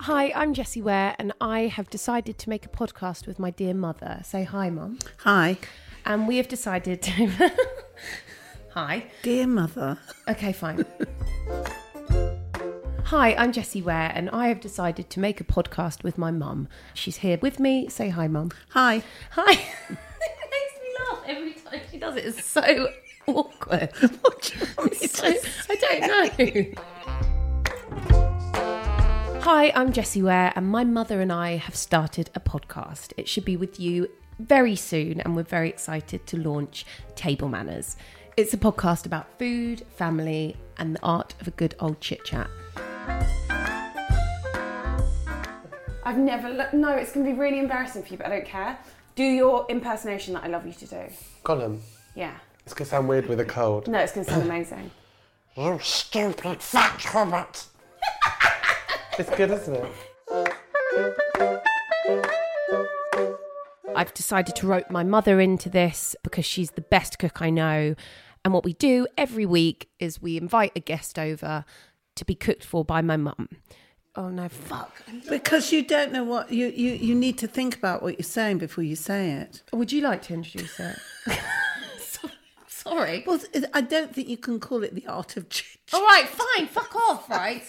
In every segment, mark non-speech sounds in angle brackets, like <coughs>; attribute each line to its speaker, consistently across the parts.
Speaker 1: Hi, I'm Jessie Ware, and I have decided to make a podcast with my dear mother. Say hi, Mum.
Speaker 2: Hi,
Speaker 1: And we have decided to. <laughs> hi.
Speaker 2: dear mother.
Speaker 1: Okay, fine. hi, I'm Jessie Ware, and I have decided to make a podcast with my mum. She's here with me. Say hi, Mum.
Speaker 2: Hi.
Speaker 1: Hi. <laughs> it makes me laugh every time she does it. It's so awkward.
Speaker 2: <laughs> What do you want me
Speaker 1: It's
Speaker 2: to-
Speaker 1: so- I don't know. Hi, I'm Jessie Ware, and my mother and I have started a podcast. It should be with you very soon, and we're very excited to launch Table Manners. It's a podcast about food, family, and the art of a good old chit chat.
Speaker 3: I've never. Lo- no, it's going to be really embarrassing for you, but I don't care. Do your impersonation that I love you to do.
Speaker 4: Colin,
Speaker 3: Yeah.
Speaker 4: it's gonna sound weird with a cold.
Speaker 3: No, it's going to <coughs> sound amazing.
Speaker 4: You stupid fat hobbit! it's good, isn't it?
Speaker 1: I've decided to rope my mother into this because she's the best cook I know. And what we do every week is we invite a guest over to be cooked for by my mum. Oh no, fuck.
Speaker 2: Because you don't know what you, you you need to think about what you're saying before you say it.
Speaker 1: Would you like to introduce <laughs> it? So- Sorry.
Speaker 2: Well, th- I don't think you can call it the art of chit.
Speaker 1: All right, fine. Fuck <laughs> off, right?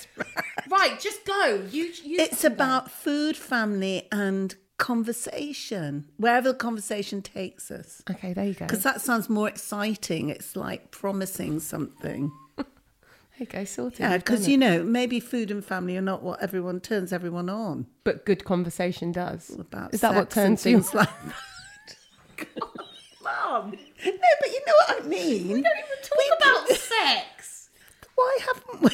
Speaker 1: Right, just go. You, you
Speaker 2: It's about food, family, and conversation. Wherever the conversation takes us,
Speaker 1: Okay, there you go.
Speaker 2: because that sounds more exciting. It's like promising something.
Speaker 1: There you go, sorted. We've
Speaker 2: Yeah,
Speaker 1: done
Speaker 2: because
Speaker 1: it.
Speaker 2: you know maybe food and family are not what everyone turns everyone on
Speaker 1: But good conversation does.
Speaker 2: about.
Speaker 1: Is that what
Speaker 2: sex and
Speaker 1: turns you?
Speaker 2: things like that? <laughs> Mum, no, but you know what I mean. We don't even talk about
Speaker 1: sex.
Speaker 2: Why haven't we?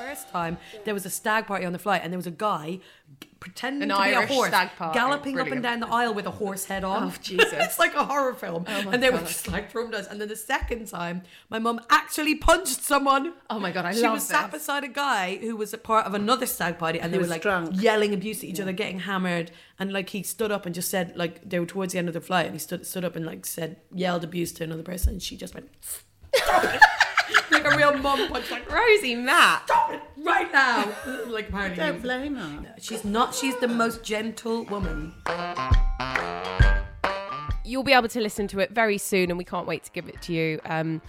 Speaker 5: First time there was a stag party on the flight, and there was a guy g- pretending
Speaker 1: An
Speaker 5: to be
Speaker 1: Irish
Speaker 5: a horse,
Speaker 1: stag party.
Speaker 5: galloping up
Speaker 1: Brilliant.
Speaker 5: and down the aisle with a horse head on. <laughs>
Speaker 1: Oh, Jesus. Oh,
Speaker 5: it's like a horror film. and they were just like from us. And then the second time, my mum actually punched someone.
Speaker 1: Oh my God, I
Speaker 5: she
Speaker 1: love
Speaker 5: was sat
Speaker 1: this.
Speaker 5: beside a guy who was a part of another stag party, and they were
Speaker 2: was
Speaker 5: like
Speaker 2: drunk.
Speaker 5: yelling abuse at each other, getting hammered. And like he stood up and just said, like they were towards the end of the flight, and he stood stood up and like said yelled abuse to another person, and she just went. <laughs> like a real mum punch, like
Speaker 1: Rosie Matt.
Speaker 5: stop it right now. like apparently,
Speaker 2: <laughs>
Speaker 5: he
Speaker 2: Don't
Speaker 5: was-
Speaker 2: blame her.
Speaker 5: she's not. She's the most gentle woman.
Speaker 1: You'll be able to listen to it very soon, and we can't wait to give it to you. Um,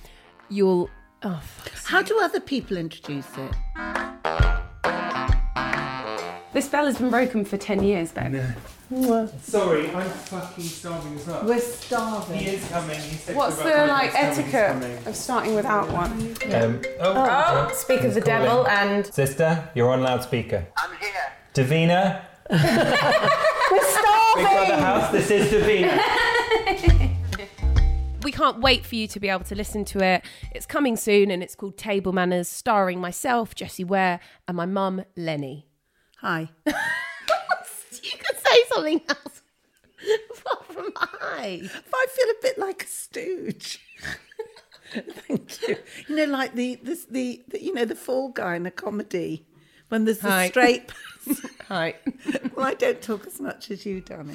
Speaker 1: you'll. Oh, fuck.
Speaker 2: How do other people introduce it?
Speaker 3: This bell has been broken for 10 years, babe.
Speaker 6: Sorry, I'm fucking starving as well.
Speaker 2: We're starving.
Speaker 6: he is coming. He said
Speaker 3: What's
Speaker 6: to
Speaker 3: the
Speaker 6: about
Speaker 3: like
Speaker 6: five minutes time
Speaker 3: etiquette of starting without one?
Speaker 6: he's coming. Um, oh,
Speaker 3: Speak of the
Speaker 6: Calling.
Speaker 3: devil and
Speaker 6: sister, you're on loudspeaker.
Speaker 7: I'm here.
Speaker 6: Davina, we've got the house. This is Davina.
Speaker 1: We can't wait for you to be able to listen to it. It's coming soon, and it's called Table Manners, starring myself, Jessie Ware, and my mum, Lenny.
Speaker 2: Hi.
Speaker 1: You can say something else <laughs> apart from I.
Speaker 2: I feel a bit like a stooge. <laughs> Thank you. You know, like the this the, the you know the fall guy in a comedy when there's the
Speaker 1: Hi.
Speaker 2: <laughs> straight.
Speaker 1: Hi.
Speaker 2: <laughs> well, I don't talk as much as you, Danny.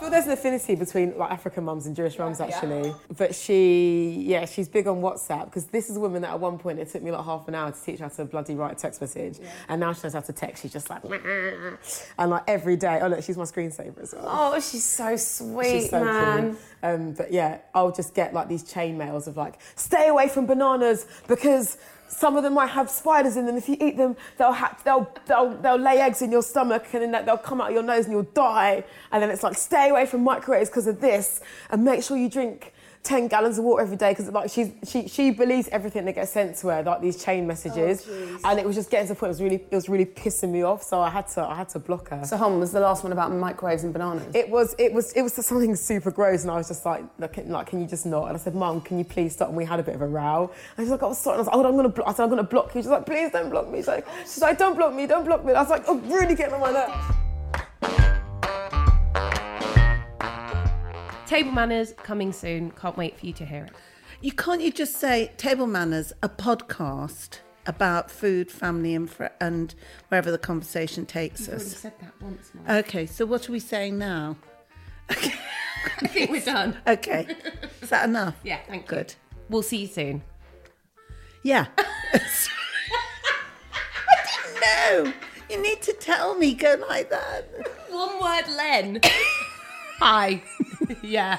Speaker 8: I feel there's an affinity between like African mums and Jewish mums actually. But she, yeah, she's big on WhatsApp because this is a woman that at one point it took me like half an hour to teach her how to bloody write a text message, and now she knows how to text. She's just like, and like every day. Oh look, she's my screensaver as well.
Speaker 3: oh, she's so sweet,
Speaker 8: She's so
Speaker 3: man.
Speaker 8: cool. Um, but yeah, I'll just get like these chain mails of like, stay away from bananas because some of them might have spiders in them. If you eat them, they'll have, they'll, they'll they'll lay eggs in your stomach and then they'll come out of your nose and you'll die. And then it's like, stay away from microwaves because of this, and make sure you drink. 10 gallons of water every day because like she's, she she believes everything that gets sent to her like these chain messages and it was just getting to the point it was really it was really pissing me off so I had to I had to block her
Speaker 3: So Hom was the last one about microwaves and bananas.
Speaker 8: it was it was it was <laughs> something super gross and I was just like look like can you just not and I said mum can you please stop and we had a bit of a row and she's like oh sorry and I was like oh I'm gonna blo-. I said I'm gonna block you she's like please don't block me she's like she's like don't block me don't block me and I was like I'm really getting on my nerves
Speaker 1: Table Manners coming soon. Can't wait for you to hear it.
Speaker 2: You can't you just say table manners a podcast about food, family, and fr- and wherever the conversation takes us.
Speaker 1: said that once more.
Speaker 2: Okay, so what are we saying now?
Speaker 1: I think we're done.
Speaker 2: Okay, is that enough?
Speaker 1: <laughs> Yeah, thank you.
Speaker 2: Good.
Speaker 1: We'll see you soon.
Speaker 2: Yeah. <laughs> I didn't know. You need to tell me. Go like that.
Speaker 1: <coughs> <laughs> One word, Len. Hi. yeah.